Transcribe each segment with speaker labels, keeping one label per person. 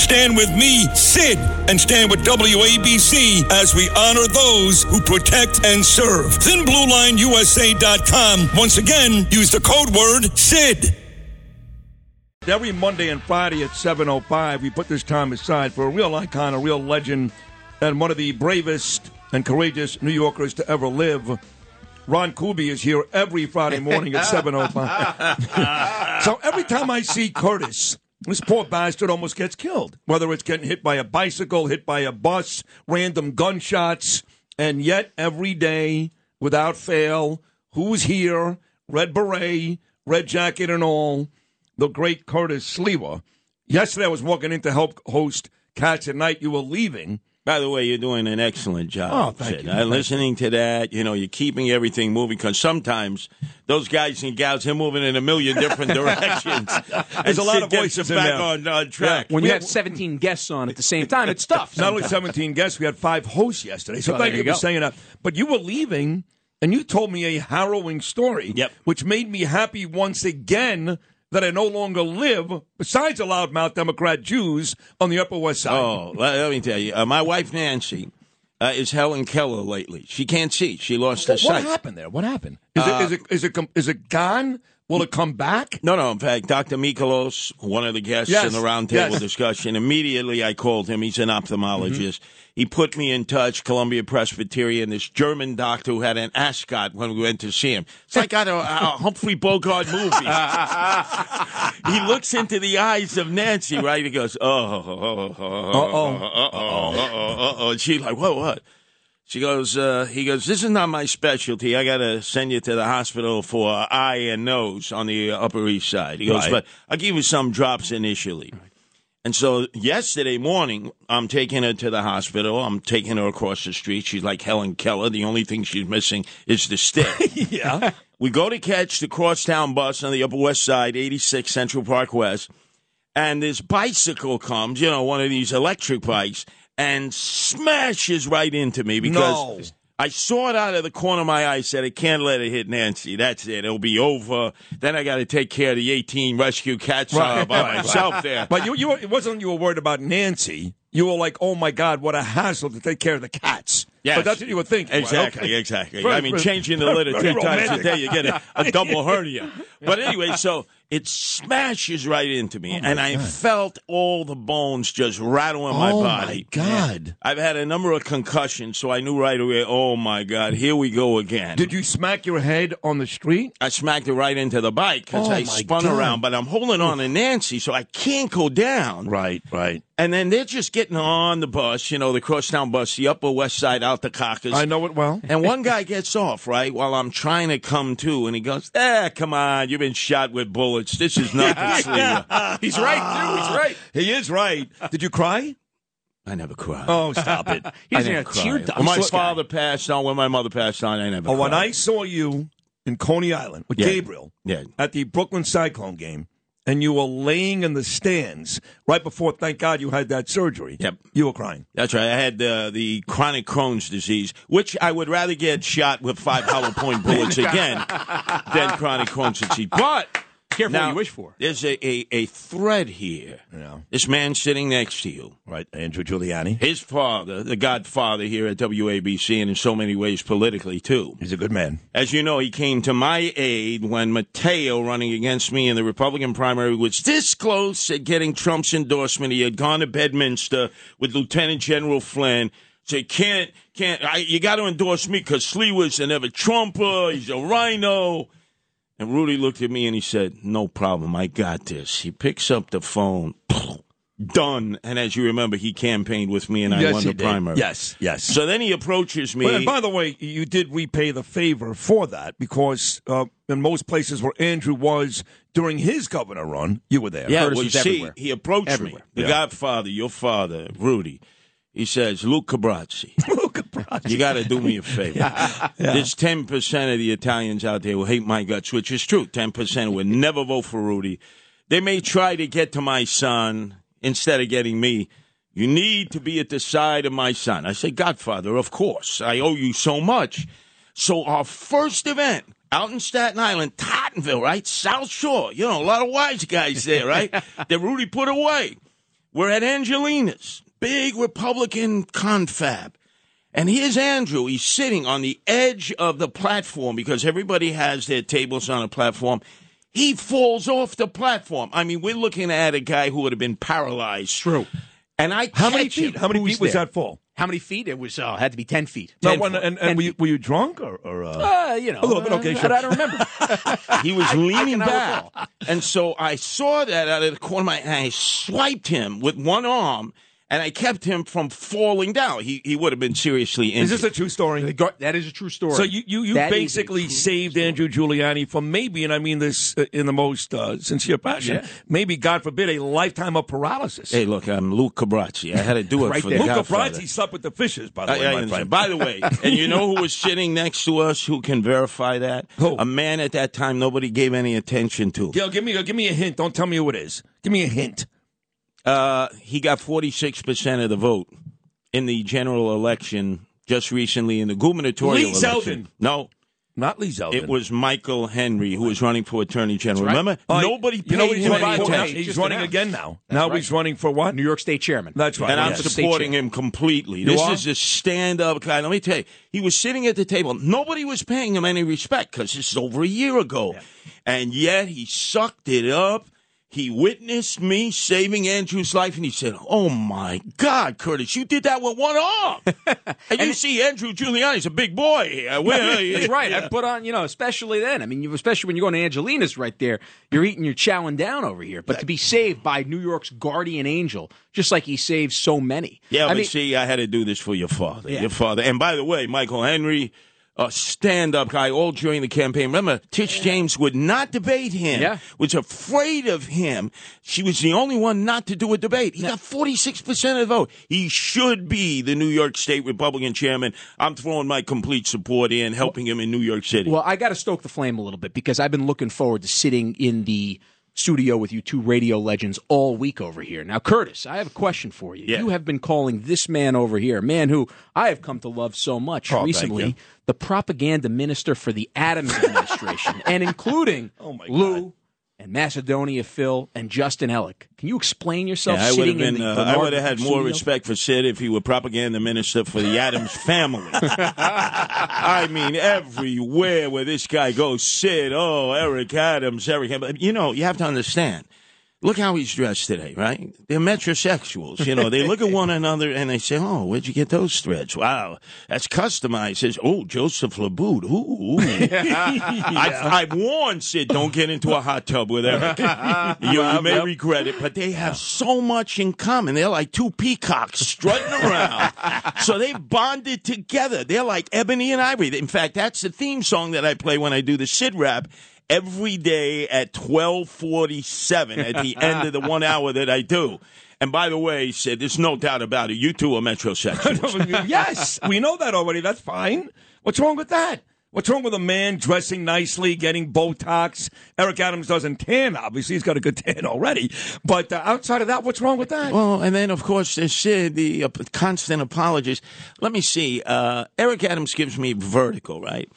Speaker 1: Stand with me, SID, and stand with WABC as we honor those who protect and serve. ThinBlueLineUSA.com. Once again, use the code word SID. Every Monday and Friday at 7.05, we put this time aside for a real icon, a real legend, and one of the bravest and courageous New Yorkers to ever live. Ron Kuby is here every Friday morning at 7.05. so every time I see Curtis, this poor bastard almost gets killed. Whether it's getting hit by a bicycle, hit by a bus, random gunshots, and yet every day, without fail, who's here, red beret, red jacket and all, the great Curtis Slewa. Yesterday I was walking in to help host Cats at Night. You were leaving.
Speaker 2: By the way, you're doing an excellent job.
Speaker 1: Oh, thank
Speaker 2: Sid.
Speaker 1: you.
Speaker 2: Uh,
Speaker 1: Thank
Speaker 2: listening to that, you know, you're keeping everything moving because sometimes those guys and gals are moving in a million different directions.
Speaker 1: There's a lot of voices in
Speaker 2: back
Speaker 1: there.
Speaker 2: on uh, track.
Speaker 1: Yeah, when
Speaker 3: we
Speaker 1: you- Hmm.
Speaker 3: had 17 guests on at the same time. It's tough.
Speaker 1: Not only
Speaker 3: sometimes.
Speaker 1: 17 guests, we had five hosts yesterday. So
Speaker 3: Oh,
Speaker 1: thank
Speaker 3: there
Speaker 1: you,
Speaker 3: you
Speaker 1: for
Speaker 3: go.
Speaker 1: saying that. But you were leaving, and you told me a harrowing story,
Speaker 2: Yep.
Speaker 1: which made me happy once again that I no longer live, besides the loudmouth Democrat Jews on the Upper West Side.
Speaker 2: Oh, let, let me tell you, uh, my wife Nancy uh, is Helen Keller lately. She can't see. She lost her
Speaker 1: what
Speaker 2: sight.
Speaker 1: happened there? What happened? Is, it, is, it, is, it, com- is it gone? Will it come back?
Speaker 2: No, no. In fact, Dr. Mikolos, one of the guests
Speaker 1: Yes,
Speaker 2: in the roundtable
Speaker 1: yes.
Speaker 2: discussion, immediately I called him. He's an ophthalmologist.
Speaker 1: Mm-hmm.
Speaker 2: He put me in touch, Columbia Presbyterian, this German doctor who had an ascot when we went to see him. It's like out of a Humphrey Bogart movie. he looks into the eyes of Nancy, right? He goes, oh, oh, oh, oh, oh, oh, oh, oh, oh. And she's like, what, what? She goes, uh, he goes, this is not my specialty. I got to send you to the hospital for eye and nose on the Upper East Side. He goes,
Speaker 1: Right.
Speaker 2: but I'll give you some drops initially. And so yesterday morning, I'm taking her to the hospital. I'm taking her across the street. She's like Helen Keller. The only thing she's missing is the stick.
Speaker 1: Yeah.
Speaker 2: we go to catch the crosstown bus on the Upper West Side, 86 Central Park West. And this bicycle comes, you know, one of these electric bikes, and smashes right into me
Speaker 1: No.
Speaker 2: because I saw it out of the corner of my eye. Said, I can't let it hit Nancy. That's it. It'll be over. Then I got to take care of the 18 rescue cats uh,
Speaker 1: Right,
Speaker 2: by
Speaker 1: right, right.
Speaker 2: myself there.
Speaker 1: but you, you were, it wasn't you were worried about Nancy. You were like, oh my God, what a hassle to take care of the cats.
Speaker 2: Yes.
Speaker 1: But that's what you were thinking. right?
Speaker 2: Exactly,
Speaker 1: Okay.
Speaker 2: exactly.
Speaker 1: Very-
Speaker 2: I mean,
Speaker 1: very-
Speaker 2: changing the litter
Speaker 1: very
Speaker 2: ten times a
Speaker 1: romantic.
Speaker 2: day, you get a, a double hernia. But anyway, so it smashes right into me,
Speaker 1: Oh,
Speaker 2: and I felt all the bones just rattle in my
Speaker 1: Oh, my
Speaker 2: body.
Speaker 1: God.
Speaker 2: I've had a number of concussions, so I knew right away. Oh my God, here we go again.
Speaker 1: Did you smack your head on the street?
Speaker 2: I smacked it right into the bike because
Speaker 1: Oh,
Speaker 2: I
Speaker 1: my
Speaker 2: spun
Speaker 1: God.
Speaker 2: around, but I'm holding on to Nancy, so I can't go down.
Speaker 1: Right, right.
Speaker 2: And then they're just getting on the bus, you know, the crosstown bus, the Upper West Side out the Caucus.
Speaker 1: I know it well.
Speaker 2: And one guy gets off, right, while I'm trying to come to, and he goes, eh, come on, you've been shot with bullets. This is nothing, Sleeper.
Speaker 3: He's right, too. He's right.
Speaker 1: He is right. Did you cry?
Speaker 2: I never cried.
Speaker 1: Oh, stop it.
Speaker 3: He
Speaker 2: I
Speaker 3: doesn't
Speaker 2: never
Speaker 3: have tear
Speaker 2: cried.
Speaker 3: ducts.
Speaker 2: When my
Speaker 3: This guy.
Speaker 2: father passed on, when my mother passed on, I never
Speaker 1: Oh, when
Speaker 2: cried.
Speaker 1: I saw you in Coney Island with
Speaker 2: Yeah.
Speaker 1: Gabriel
Speaker 2: Yeah.
Speaker 1: at the Brooklyn Cyclone game, and you were laying in the stands right before, thank God you had that surgery.
Speaker 2: Yep.
Speaker 1: You were crying.
Speaker 2: That's right. I had uh, the chronic Crohn's disease, which I would rather get shot with five hollow point bullets again than chronic Crohn's disease. But
Speaker 3: Careful
Speaker 2: now,
Speaker 3: what you wish for.
Speaker 2: There's a, a, a thread here.
Speaker 1: Yeah.
Speaker 2: This man sitting next to you.
Speaker 1: Right, Andrew Giuliani.
Speaker 2: his father, the godfather here at WABC, and in so many ways politically too.
Speaker 1: He's a good man.
Speaker 2: As you know, he came to my aid when Mateo, running against me in the Republican primary, was this close at getting Trump's endorsement. He had gone to Bedminster with Lieutenant General Flynn. Said, can't, can't, I, you got to endorse me because Slee was an ever Trumper. He's a rhino. And Rudy looked at me and he said, no problem. I got this. He picks up the phone. done. And as you remember, he campaigned with me, and I
Speaker 1: Yes,
Speaker 2: won
Speaker 1: he
Speaker 2: the
Speaker 1: did.
Speaker 2: primary.
Speaker 1: Yes, yes.
Speaker 2: So then he approaches me.
Speaker 1: Well, and by the way, you did repay the favor for that because uh, in most places where Andrew was during his governor run, you were there.
Speaker 2: yeah,
Speaker 3: Curtis
Speaker 2: well, you
Speaker 3: was
Speaker 2: see,
Speaker 3: everywhere.
Speaker 2: he approached me,
Speaker 3: Everywhere.
Speaker 2: the
Speaker 1: Yeah.
Speaker 2: Godfather, your father, Rudy. He says, "Luke Cabrazzi,
Speaker 1: Luca Brasi.
Speaker 2: you got to do me a favor. There's ten percent of the Italians out there who hate my guts, which is true. Ten percent would never vote for Rudy. They may try to get to my son instead of getting me. You need to be at the side of my son. I say, Godfather, of course. I owe you so much. So our first event out in Staten Island, Tottenville, right, South Shore. You know, a lot of wise guys there, right? that Rudy put away. We're at Angelina's, big Republican confab. And here's Andrew. He's sitting on the edge of the platform because everybody has their tables on a platform. He falls off the platform. I mean, we're looking at a guy who would have been paralyzed.
Speaker 3: True.
Speaker 2: And I
Speaker 1: How many
Speaker 2: catch him.
Speaker 1: feet? How many
Speaker 3: Who's
Speaker 1: feet was
Speaker 3: there?
Speaker 1: that fall?
Speaker 3: How many feet? It was uh, had to be ten feet.
Speaker 1: No,
Speaker 3: Ten
Speaker 1: and,
Speaker 3: foot.
Speaker 1: and, and
Speaker 3: Ten
Speaker 1: were, you,
Speaker 3: feet.
Speaker 1: were you drunk or? or uh...
Speaker 3: Uh, you know,
Speaker 1: A little bit, okay,
Speaker 3: uh,
Speaker 1: sure.
Speaker 3: I don't remember.
Speaker 2: He was leaning
Speaker 3: cannot
Speaker 2: back. And so I saw that out of the corner of my eye. I swiped him with one arm and I kept him from falling down. He, he would have been seriously injured.
Speaker 1: Is this a true story?
Speaker 3: that is a true story.
Speaker 1: So you, you, you
Speaker 3: That is a
Speaker 1: basically
Speaker 3: true
Speaker 1: saved
Speaker 3: story.
Speaker 1: Andrew Giuliani from maybe, and I mean this uh, in the most uh, sincere passion,
Speaker 3: Yeah.
Speaker 1: maybe, God forbid, a lifetime of paralysis.
Speaker 2: Hey, look, I'm Luke Cabrazzi. I had to do it
Speaker 3: Right
Speaker 2: for
Speaker 3: there.
Speaker 2: the
Speaker 3: Luca
Speaker 1: Luca
Speaker 2: Godfather.
Speaker 1: Brasi slept with the fishes, by the
Speaker 2: I-
Speaker 1: way,
Speaker 2: I
Speaker 1: my friend.
Speaker 2: understand. Oh, By the way, and you know who was sitting next to us who can verify that?
Speaker 1: Who?
Speaker 2: A man at that time nobody gave any attention to.
Speaker 1: Yo, give me, uh, give me a hint. Don't tell me who it is. Give me a hint.
Speaker 2: Uh, he got 46% of the vote in the general election just recently in the gubernatorial
Speaker 1: Lee
Speaker 2: election.
Speaker 1: Zeldin.
Speaker 2: No,
Speaker 1: Not Lee Zeldin.
Speaker 2: it was Michael Henry who was running for attorney general.
Speaker 3: right.
Speaker 2: Remember?
Speaker 1: Oh,
Speaker 2: nobody paid
Speaker 1: you know what he's
Speaker 2: him any
Speaker 1: running for now?
Speaker 2: attention.
Speaker 3: attention.
Speaker 1: He's
Speaker 3: Just
Speaker 1: running
Speaker 3: announced.
Speaker 1: again now. now
Speaker 3: right.
Speaker 1: he's running for what?
Speaker 3: New York State chairman.
Speaker 1: That's right.
Speaker 2: And I'm
Speaker 1: yes.
Speaker 3: just-
Speaker 2: supporting
Speaker 3: State
Speaker 2: him completely. this
Speaker 3: are?
Speaker 2: is a stand up guy. Let me tell you, he was sitting at the table. Nobody was paying him any respect because this is over a year ago. And yet he sucked it up. He witnessed me saving Andrew's life and he said, Oh my God, Curtis, you did that with one arm. and, you see, Andrew Giuliani's a big boy. here. Well,
Speaker 3: That's right. I put on, you know, especially then. I mean, you, especially when you're going to Angelina's right there, you're eating, you're chowing down over here. But to be saved by New York's guardian angel, just like he saved so many.
Speaker 2: Yeah,
Speaker 3: I
Speaker 2: but
Speaker 3: mean,
Speaker 2: see, I had to do this for your father.
Speaker 3: Yeah.
Speaker 2: Your father. And by the way, Michael Henry, a stand up guy all during the campaign. Remember, Tish James would not debate him,
Speaker 3: Yeah.
Speaker 2: was afraid of him. She was the only one not to do a debate. He got 46% of the vote. He should be the New York State Republican chairman. I'm throwing my complete support in, helping him in New York City.
Speaker 3: well, I got to stoke the flame a little bit because I've been looking forward to sitting in the studio with you two radio legends all week over here. Now, Curtis, I have a question for you.
Speaker 2: Yeah.
Speaker 3: You have been calling this man over here, a man who I have come to love so much
Speaker 1: thank you.
Speaker 3: recently, the propaganda minister for the Adams administration, and including
Speaker 2: Oh,
Speaker 1: my God.
Speaker 3: Lou and Macedonia Phil and Justin Ellick. Can you explain yourself
Speaker 2: Yeah, I would have
Speaker 3: sitting in
Speaker 2: been.
Speaker 3: the
Speaker 2: Uh, I would have
Speaker 3: Bernard
Speaker 2: had more
Speaker 3: studio?
Speaker 2: respect for Sid if he were propaganda minister for the Adams family. I mean, everywhere where this guy goes, Sid. Oh, Eric Adams, Eric. Adams. You know, you have to understand. Look how he's dressed today, right? They're metrosexuals. You know, they look at one another and they say, "Oh, where'd you get those threads? Wow, that's customized." Says, "Oh, Joseph Labude. Ooh, ooh. I, I warned Sid, don't get into a hot tub with Eric. you, you may regret it, but they have so much in common. They're like two peacocks strutting around. so they bonded together. They're like ebony and ivory. In fact, that's the theme song that I play when I do the Sid rap every day at 1247 at the end of the one hour that I do. And by the way, Sid, there's no doubt about it. You two are metrosexuals.
Speaker 1: yes, we know that already. That's fine. What's wrong with that? What's wrong with a man dressing nicely, getting Botox? Eric Adams doesn't tan, obviously. He's got a good tan already. But uh, outside of that, what's wrong with that?
Speaker 2: Well, and then of course there's Sid, the uh, constant apologist. Let me see. Uh, Eric Adams gives me vertical, right?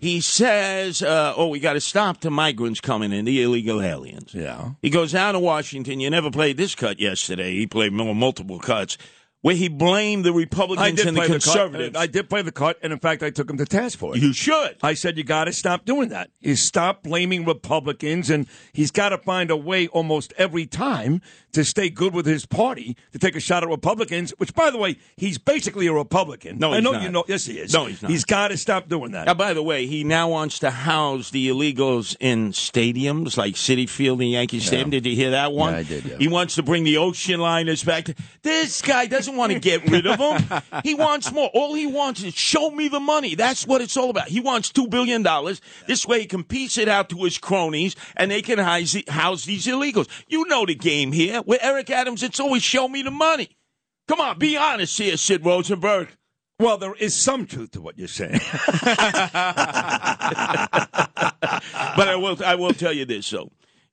Speaker 2: He says, uh, "Oh, we got to stop the migrants coming in, the illegal aliens."
Speaker 1: Yeah.
Speaker 2: He goes down to Washington. You never played this cut yesterday. He played mul- multiple cuts. where he blamed the Republicans
Speaker 1: I did
Speaker 2: and the
Speaker 1: play the
Speaker 2: conservatives.
Speaker 1: cut. I did play the cut, and in fact, I took him to task for it.
Speaker 2: you should.
Speaker 1: I said, you got to stop doing that. You stop blaming Republicans, and he's got to find a way almost every time to stay good with his party, to take a shot at Republicans, which, by the way, he's basically a Republican.
Speaker 2: No,
Speaker 1: I
Speaker 2: he's
Speaker 1: know
Speaker 2: not.
Speaker 1: you know. Yes, he is.
Speaker 2: No, he's not.
Speaker 1: He's got to stop doing that.
Speaker 2: Now, by the way, he now wants to house the illegals in stadiums like City Field and Yankee Stadium. Did you hear that one?
Speaker 4: Yeah, I did, yeah.
Speaker 2: He wants to bring the ocean liners back. This guy doesn't want to get rid of them. He wants more. All he wants is show me the money. That's what it's all about. He wants $2 billion. This way he can piece it out to his cronies and they can house house these illegals. You know the game here. With Eric Adams, it's always show me the money. Come on, be honest here, Sid Rosenberg.
Speaker 1: Well, there is some truth to what you're saying.
Speaker 2: but I will I will tell you this though.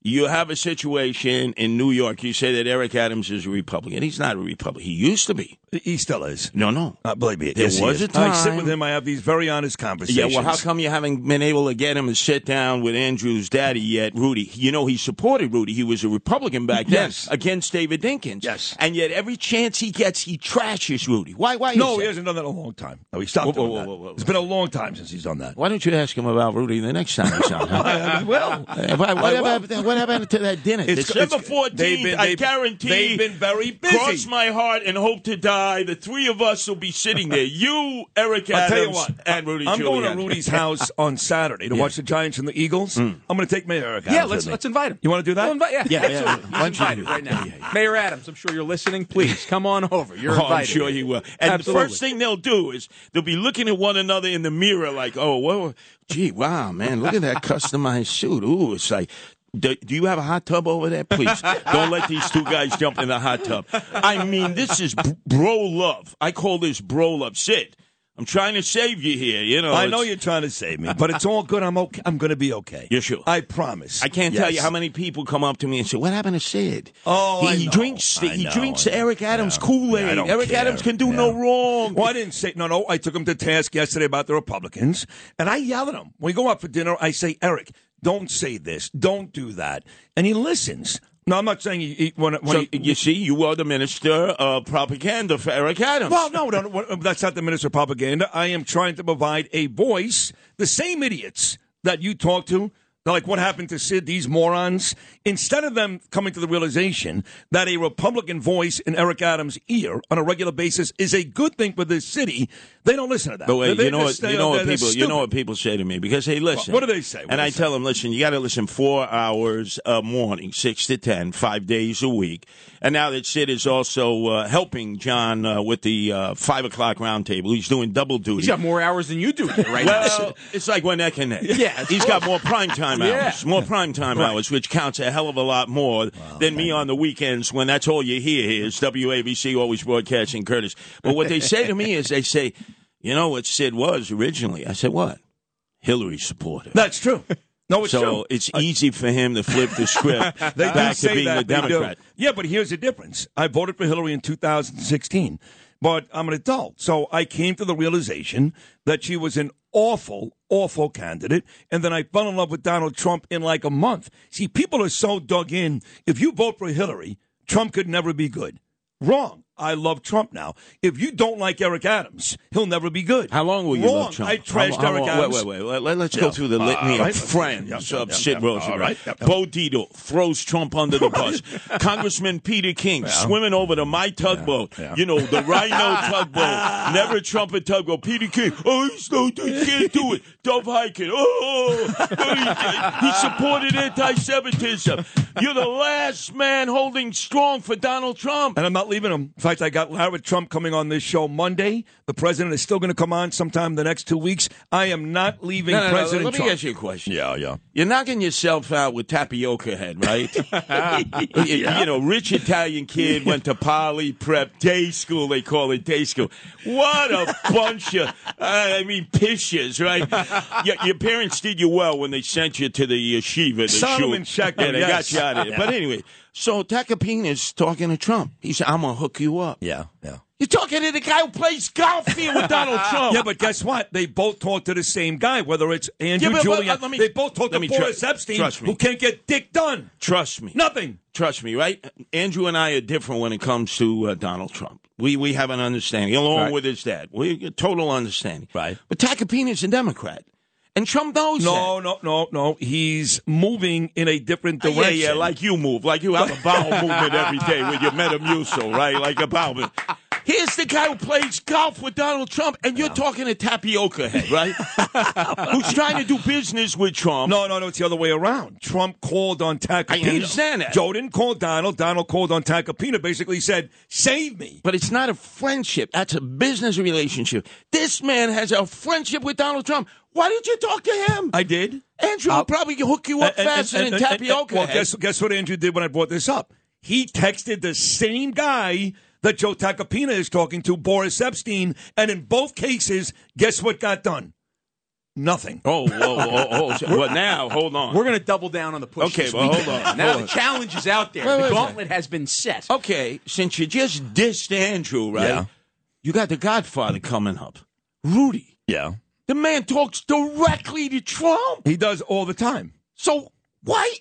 Speaker 2: You have a situation in New York. You say that Eric Adams is a Republican. He's not a Republican. He used to be.
Speaker 1: he still is.
Speaker 2: No, no.
Speaker 1: Uh, believe me,
Speaker 2: There
Speaker 1: yes, he
Speaker 2: was
Speaker 1: is.
Speaker 2: a time-
Speaker 1: I sit with him. I have these very honest
Speaker 2: Yeah,
Speaker 1: conversations.
Speaker 2: well, how come you haven't been able to get him to sit down with Andrew's daddy yet, Rudy? You know, he supported Rudy. He was a Republican back then
Speaker 1: Yes.
Speaker 2: against David Dinkins.
Speaker 1: Yes.
Speaker 2: And yet every chance he gets, he trashes Rudy. Why? Why?
Speaker 1: No,
Speaker 2: is
Speaker 1: he
Speaker 2: that?
Speaker 1: hasn't done that in a long time. No, he stopped
Speaker 2: Whoa, whoa,
Speaker 1: doing that.
Speaker 2: whoa, whoa, whoa.
Speaker 1: It's been a long time since he's done that.
Speaker 2: Why don't you ask him about Rudy the next time he's on? huh?
Speaker 1: well,
Speaker 2: Uh, What, what happened, what happened to that dinner?
Speaker 1: It's-
Speaker 2: December
Speaker 1: it's-
Speaker 2: 14th,
Speaker 1: they've been-
Speaker 2: I
Speaker 1: they've-
Speaker 2: guarantee.
Speaker 1: they've been very busy.
Speaker 2: Cross my heart and hope to die. The three of us will be sitting there. You, Eric Adams,
Speaker 1: I'll tell you what.
Speaker 2: and Rudy
Speaker 1: I'm going
Speaker 2: Giuliani. Hmm.
Speaker 1: to Rudy's house on Saturday to watch the Giants and the Eagles. I'm going to take Mayor Eric.
Speaker 3: Yeah,
Speaker 1: Adams
Speaker 3: let's
Speaker 1: with me.
Speaker 3: let's invite him.
Speaker 1: You want to do that?
Speaker 3: We'll invite- yeah,
Speaker 1: Yeah, yeah.
Speaker 3: absolutely.
Speaker 4: Why
Speaker 3: He's
Speaker 4: don't you
Speaker 3: invited
Speaker 4: do
Speaker 3: right now. Mayor Adams, I'm sure you're listening. Please come on over. You're
Speaker 2: Oh,
Speaker 3: invited.
Speaker 2: I'm sure he will. And
Speaker 3: Absolutely.
Speaker 2: the first thing they'll do is they'll be looking at one another in the mirror, like, "Oh, well, gee, wow, man, look at that customized suit. Ooh, it's like." Do, do you have a hot tub over there? Please don't let these two guys jump in the hot tub. I mean, this is br- bro love. I call this bro love. Sid, I'm trying to save you here. You know,
Speaker 1: I know
Speaker 2: it's-
Speaker 1: you're trying to save me, but it's all good. I'm okay. I'm going to be okay.
Speaker 2: You're sure?
Speaker 1: I promise.
Speaker 2: I can't tell
Speaker 1: Yes.
Speaker 2: you how many people come up to me and say, "What happened to Sid?"
Speaker 1: Oh,
Speaker 2: he,
Speaker 1: I
Speaker 2: he
Speaker 1: know.
Speaker 2: drinks. The,
Speaker 1: I
Speaker 2: he
Speaker 1: know.
Speaker 2: drinks
Speaker 1: I know.
Speaker 2: Eric Adams
Speaker 1: Yeah.
Speaker 2: Kool
Speaker 1: Yeah, I
Speaker 2: Aid.
Speaker 1: don't
Speaker 2: Eric
Speaker 1: care.
Speaker 2: Adams can do
Speaker 1: Yeah.
Speaker 2: no wrong.
Speaker 1: Well, I didn't say no, no. I took him to task yesterday about the Republicans, and I yell at him. When we go out for dinner, I say, Eric, don't say this, don't do that, and he listens. No, I'm not saying he, he, when, when
Speaker 2: So
Speaker 1: he,
Speaker 2: you see, you are the minister of propaganda for Eric Adams.
Speaker 1: Well, no, no, no, that's not the minister of propaganda. I am trying to provide a voice. The same idiots that you talk to, they're like what happened to Sid, these morons, instead of them coming to the realization that a Republican voice in Eric Adams' ear on a regular basis is a good thing for this city, they don't listen to that.
Speaker 2: But wait,
Speaker 1: They- they
Speaker 2: you know what
Speaker 1: just stay
Speaker 2: you know
Speaker 1: on
Speaker 2: what
Speaker 1: there,
Speaker 2: people
Speaker 1: they're
Speaker 2: you know what
Speaker 1: stupid.
Speaker 2: people say to me because hey, listen.
Speaker 1: What do they say? What
Speaker 2: and
Speaker 1: do
Speaker 2: I
Speaker 1: they say?
Speaker 2: tell them, listen, you got to listen four hours a morning, six to ten, five days a week. And now that Sid is also uh, helping John uh, with the uh, five o'clock roundtable, he's doing double duty.
Speaker 3: He's got more hours than you do here right now.
Speaker 2: Well, it's like when that connects.
Speaker 3: Yeah, of
Speaker 2: he's got more prime time
Speaker 3: Yeah.
Speaker 2: hours, more prime time hours, which counts a hell of a lot more than me on the weekends when that's all you hear is WABC always broadcasting Curtis. But what they say to me is they say, you know what Sid was originally? I said, what? Hillary supporter.
Speaker 1: That's true. No, it's
Speaker 2: so
Speaker 1: true.
Speaker 2: it's easy for him to flip the script
Speaker 1: They do
Speaker 2: back to
Speaker 1: say
Speaker 2: being
Speaker 1: that,
Speaker 2: a
Speaker 1: they do.
Speaker 2: Democrat.
Speaker 1: Yeah, but here's the difference. I voted for Hillary in 2016, but I'm an adult. So I came to the realization that she was an awful, awful candidate. And then I fell in love with Donald Trump in like a month. See, people are so dug in. If you vote for Hillary, Trump could never be good. Wrong. I love Trump now. If you don't like Eric Adams, he'll never be good.
Speaker 2: How long will you
Speaker 1: Wrong.
Speaker 2: love Trump?
Speaker 1: I trashed
Speaker 2: How- how
Speaker 1: Eric
Speaker 2: long-
Speaker 1: Adams.
Speaker 2: Wait, wait, wait. Let, us go through the litany
Speaker 1: right.
Speaker 2: of friends
Speaker 1: Yep,
Speaker 2: of
Speaker 1: yep,
Speaker 2: Sid
Speaker 1: yep.
Speaker 2: Rosenberg.
Speaker 1: All right. Yep, yep.
Speaker 2: Bo Dietl throws Trump under the bus. Congressman Peter King swimming over to my tugboat.
Speaker 1: yeah.
Speaker 2: You know, the Rhino tugboat. Never Trump a tugboat. Peter King, oh, he's no, he can't do it. Dove Hiking, oh, no, he, can't. he supported anti-Semitism. You're the last man holding strong for Donald Trump.
Speaker 1: And I'm not leaving him. In fact, I got Larry Trump coming on this show Monday. The president is still going to come on sometime the next two weeks. I am not leaving
Speaker 2: No, no, no,
Speaker 1: President
Speaker 2: let me
Speaker 1: Trump.
Speaker 2: ask you a question.
Speaker 1: yeah, yeah.
Speaker 2: You're knocking yourself out with tapioca head, right? You- You know, rich Italian kid went to poly prep day school. They call it day school. What a bunch of, uh, I mean, pishes, right? Your, your parents did you well when they sent you to the yeshiva. The
Speaker 1: Solomon
Speaker 2: shul.
Speaker 1: Shekhar,
Speaker 2: Yeah, they
Speaker 1: yes.
Speaker 2: got you out of it. But anyway, so Takapina's talking to Trump. He said, "I'm gonna hook you up."
Speaker 1: Yeah, yeah.
Speaker 2: You're talking to the guy who plays golf here with Donald Trump.
Speaker 1: Yeah, Oh. but guess what? They both talk to the same guy, whether it's Andrew
Speaker 2: Yeah, but- but,
Speaker 1: Julian.
Speaker 2: uh, let me-
Speaker 1: they both talk
Speaker 2: let
Speaker 1: to
Speaker 2: me
Speaker 1: Boris
Speaker 2: tru-
Speaker 1: Epstein,
Speaker 2: trust me.
Speaker 1: who can't get dick done.
Speaker 2: Trust me.
Speaker 1: Nothing.
Speaker 2: Trust me, right? Andrew and I are different when it comes to uh, Donald Trump. We we have an understanding, along
Speaker 3: Right.
Speaker 2: with his dad. We a total understanding.
Speaker 1: Right.
Speaker 2: But Tacopina's a Democrat, and Trump knows
Speaker 1: No,
Speaker 2: that.
Speaker 1: no, no, no. He's moving in a different
Speaker 2: Uh,
Speaker 1: direction.
Speaker 2: Yeah, yeah, like you move, like you have a bowel movement every day with your Metamucil, right? Like a bowel. move. Here's the guy who plays golf with Donald Trump, and you're talking to tapioca head, right? Who's trying to do business with Trump?
Speaker 1: No, no, no. It's the other way around. Trump called on Tacopina.
Speaker 2: I understand that.
Speaker 1: Joe didn't call Donald. Donald called on Tacopina. Basically said, "Save me."
Speaker 2: But it's not a friendship. That's a business relationship. This man has a friendship with Donald Trump. Why did you talk to him?
Speaker 1: I did.
Speaker 2: Andrew will probably hook you up
Speaker 1: And- and-
Speaker 2: faster
Speaker 1: and-
Speaker 2: than
Speaker 1: and- and-
Speaker 2: tapioca.
Speaker 1: Well,
Speaker 2: head.
Speaker 1: guess guess what Andrew did when I brought this up? He texted the same guy that Joe Tacopina is talking to, Boris Epstein, and in both cases, guess what got done? Nothing.
Speaker 2: oh, whoa, whoa, whoa. So- Well, now, hold on.
Speaker 3: We're going to double down on the push.
Speaker 2: Okay,
Speaker 3: this
Speaker 2: well, hold
Speaker 3: weekend.
Speaker 2: on,
Speaker 3: Now
Speaker 2: hold
Speaker 3: the challenge is out there.
Speaker 2: Wait, wait,
Speaker 3: the
Speaker 2: wait. Oh,
Speaker 3: gauntlet has been set.
Speaker 2: okay, since you just dissed Andrew, right?
Speaker 1: Yeah.
Speaker 2: You got the Godfather coming up. Rudy.
Speaker 1: Yeah,
Speaker 2: The man talks directly to Trump.
Speaker 1: he does all the time.
Speaker 2: So why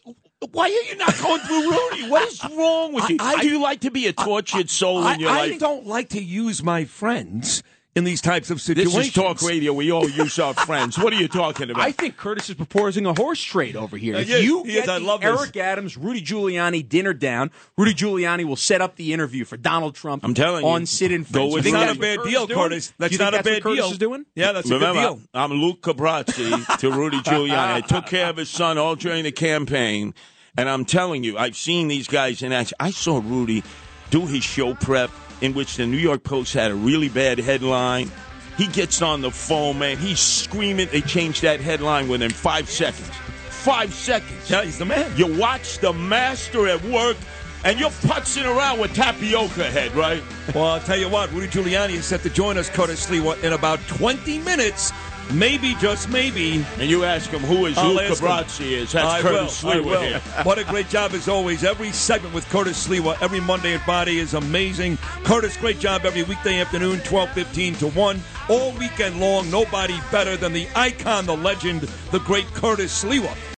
Speaker 2: why are you not going through Rudy? What is wrong with you?
Speaker 1: I- I-
Speaker 2: Do you like to be a tortured soul
Speaker 1: I,
Speaker 2: in your
Speaker 1: I
Speaker 2: life?
Speaker 1: don't like to use my friends in these types of situations.
Speaker 2: This is talk radio. We all use our friends. What are you talking about?
Speaker 3: I think Curtis is proposing a horse trade over
Speaker 2: Uh,
Speaker 3: here. If
Speaker 1: is.
Speaker 3: you
Speaker 1: He
Speaker 3: get
Speaker 1: is. I
Speaker 3: the
Speaker 1: love this.
Speaker 3: Eric Adams, Rudy Giuliani dinner down, Rudy Giuliani will set up the interview for Donald Trump.
Speaker 2: I'm telling you.
Speaker 3: on sit and
Speaker 2: Go with
Speaker 1: It's
Speaker 2: You think
Speaker 1: not
Speaker 2: that's
Speaker 1: a
Speaker 2: what
Speaker 1: bad
Speaker 3: Curtis
Speaker 1: deal,
Speaker 3: doing?
Speaker 1: Curtis.
Speaker 3: Do
Speaker 1: That's
Speaker 3: you think
Speaker 1: not a
Speaker 3: that's what
Speaker 1: bad
Speaker 3: Curtis
Speaker 1: deal.
Speaker 3: is doing?
Speaker 1: Yeah, that's
Speaker 2: Remember,
Speaker 1: a good deal.
Speaker 2: I'm Luke Cabrazzi to Rudy Giuliani. I took care of his son all during the campaign, and I'm telling you, I've seen these guys in action. I saw Rudy do his show prep, in which the New York Post had a really bad headline. He gets on the phone, man. He's screaming. They changed that headline within five seconds. Five seconds.
Speaker 1: Yeah, he's the man.
Speaker 2: You watch the master at work, and you're putzing around with tapioca head, right?
Speaker 1: Well, I'll tell you what, Rudy Giuliani is set to join us, Curtis Lewa, in about 20 minutes. Maybe, just maybe.
Speaker 2: And you ask him who is
Speaker 1: I'll
Speaker 2: Luke
Speaker 1: ask him.
Speaker 2: Cabrazzi is.
Speaker 1: I
Speaker 2: That's
Speaker 1: will.
Speaker 2: Curtis
Speaker 1: I
Speaker 2: Lee
Speaker 1: will.
Speaker 2: here.
Speaker 1: What a great job, as always. Every segment with Curtis Lewa, every Monday at Body is amazing. Curtis, great job every weekday afternoon, 12.15 to 1. All weekend long, nobody better than the icon, the legend, the great Curtis Lewa.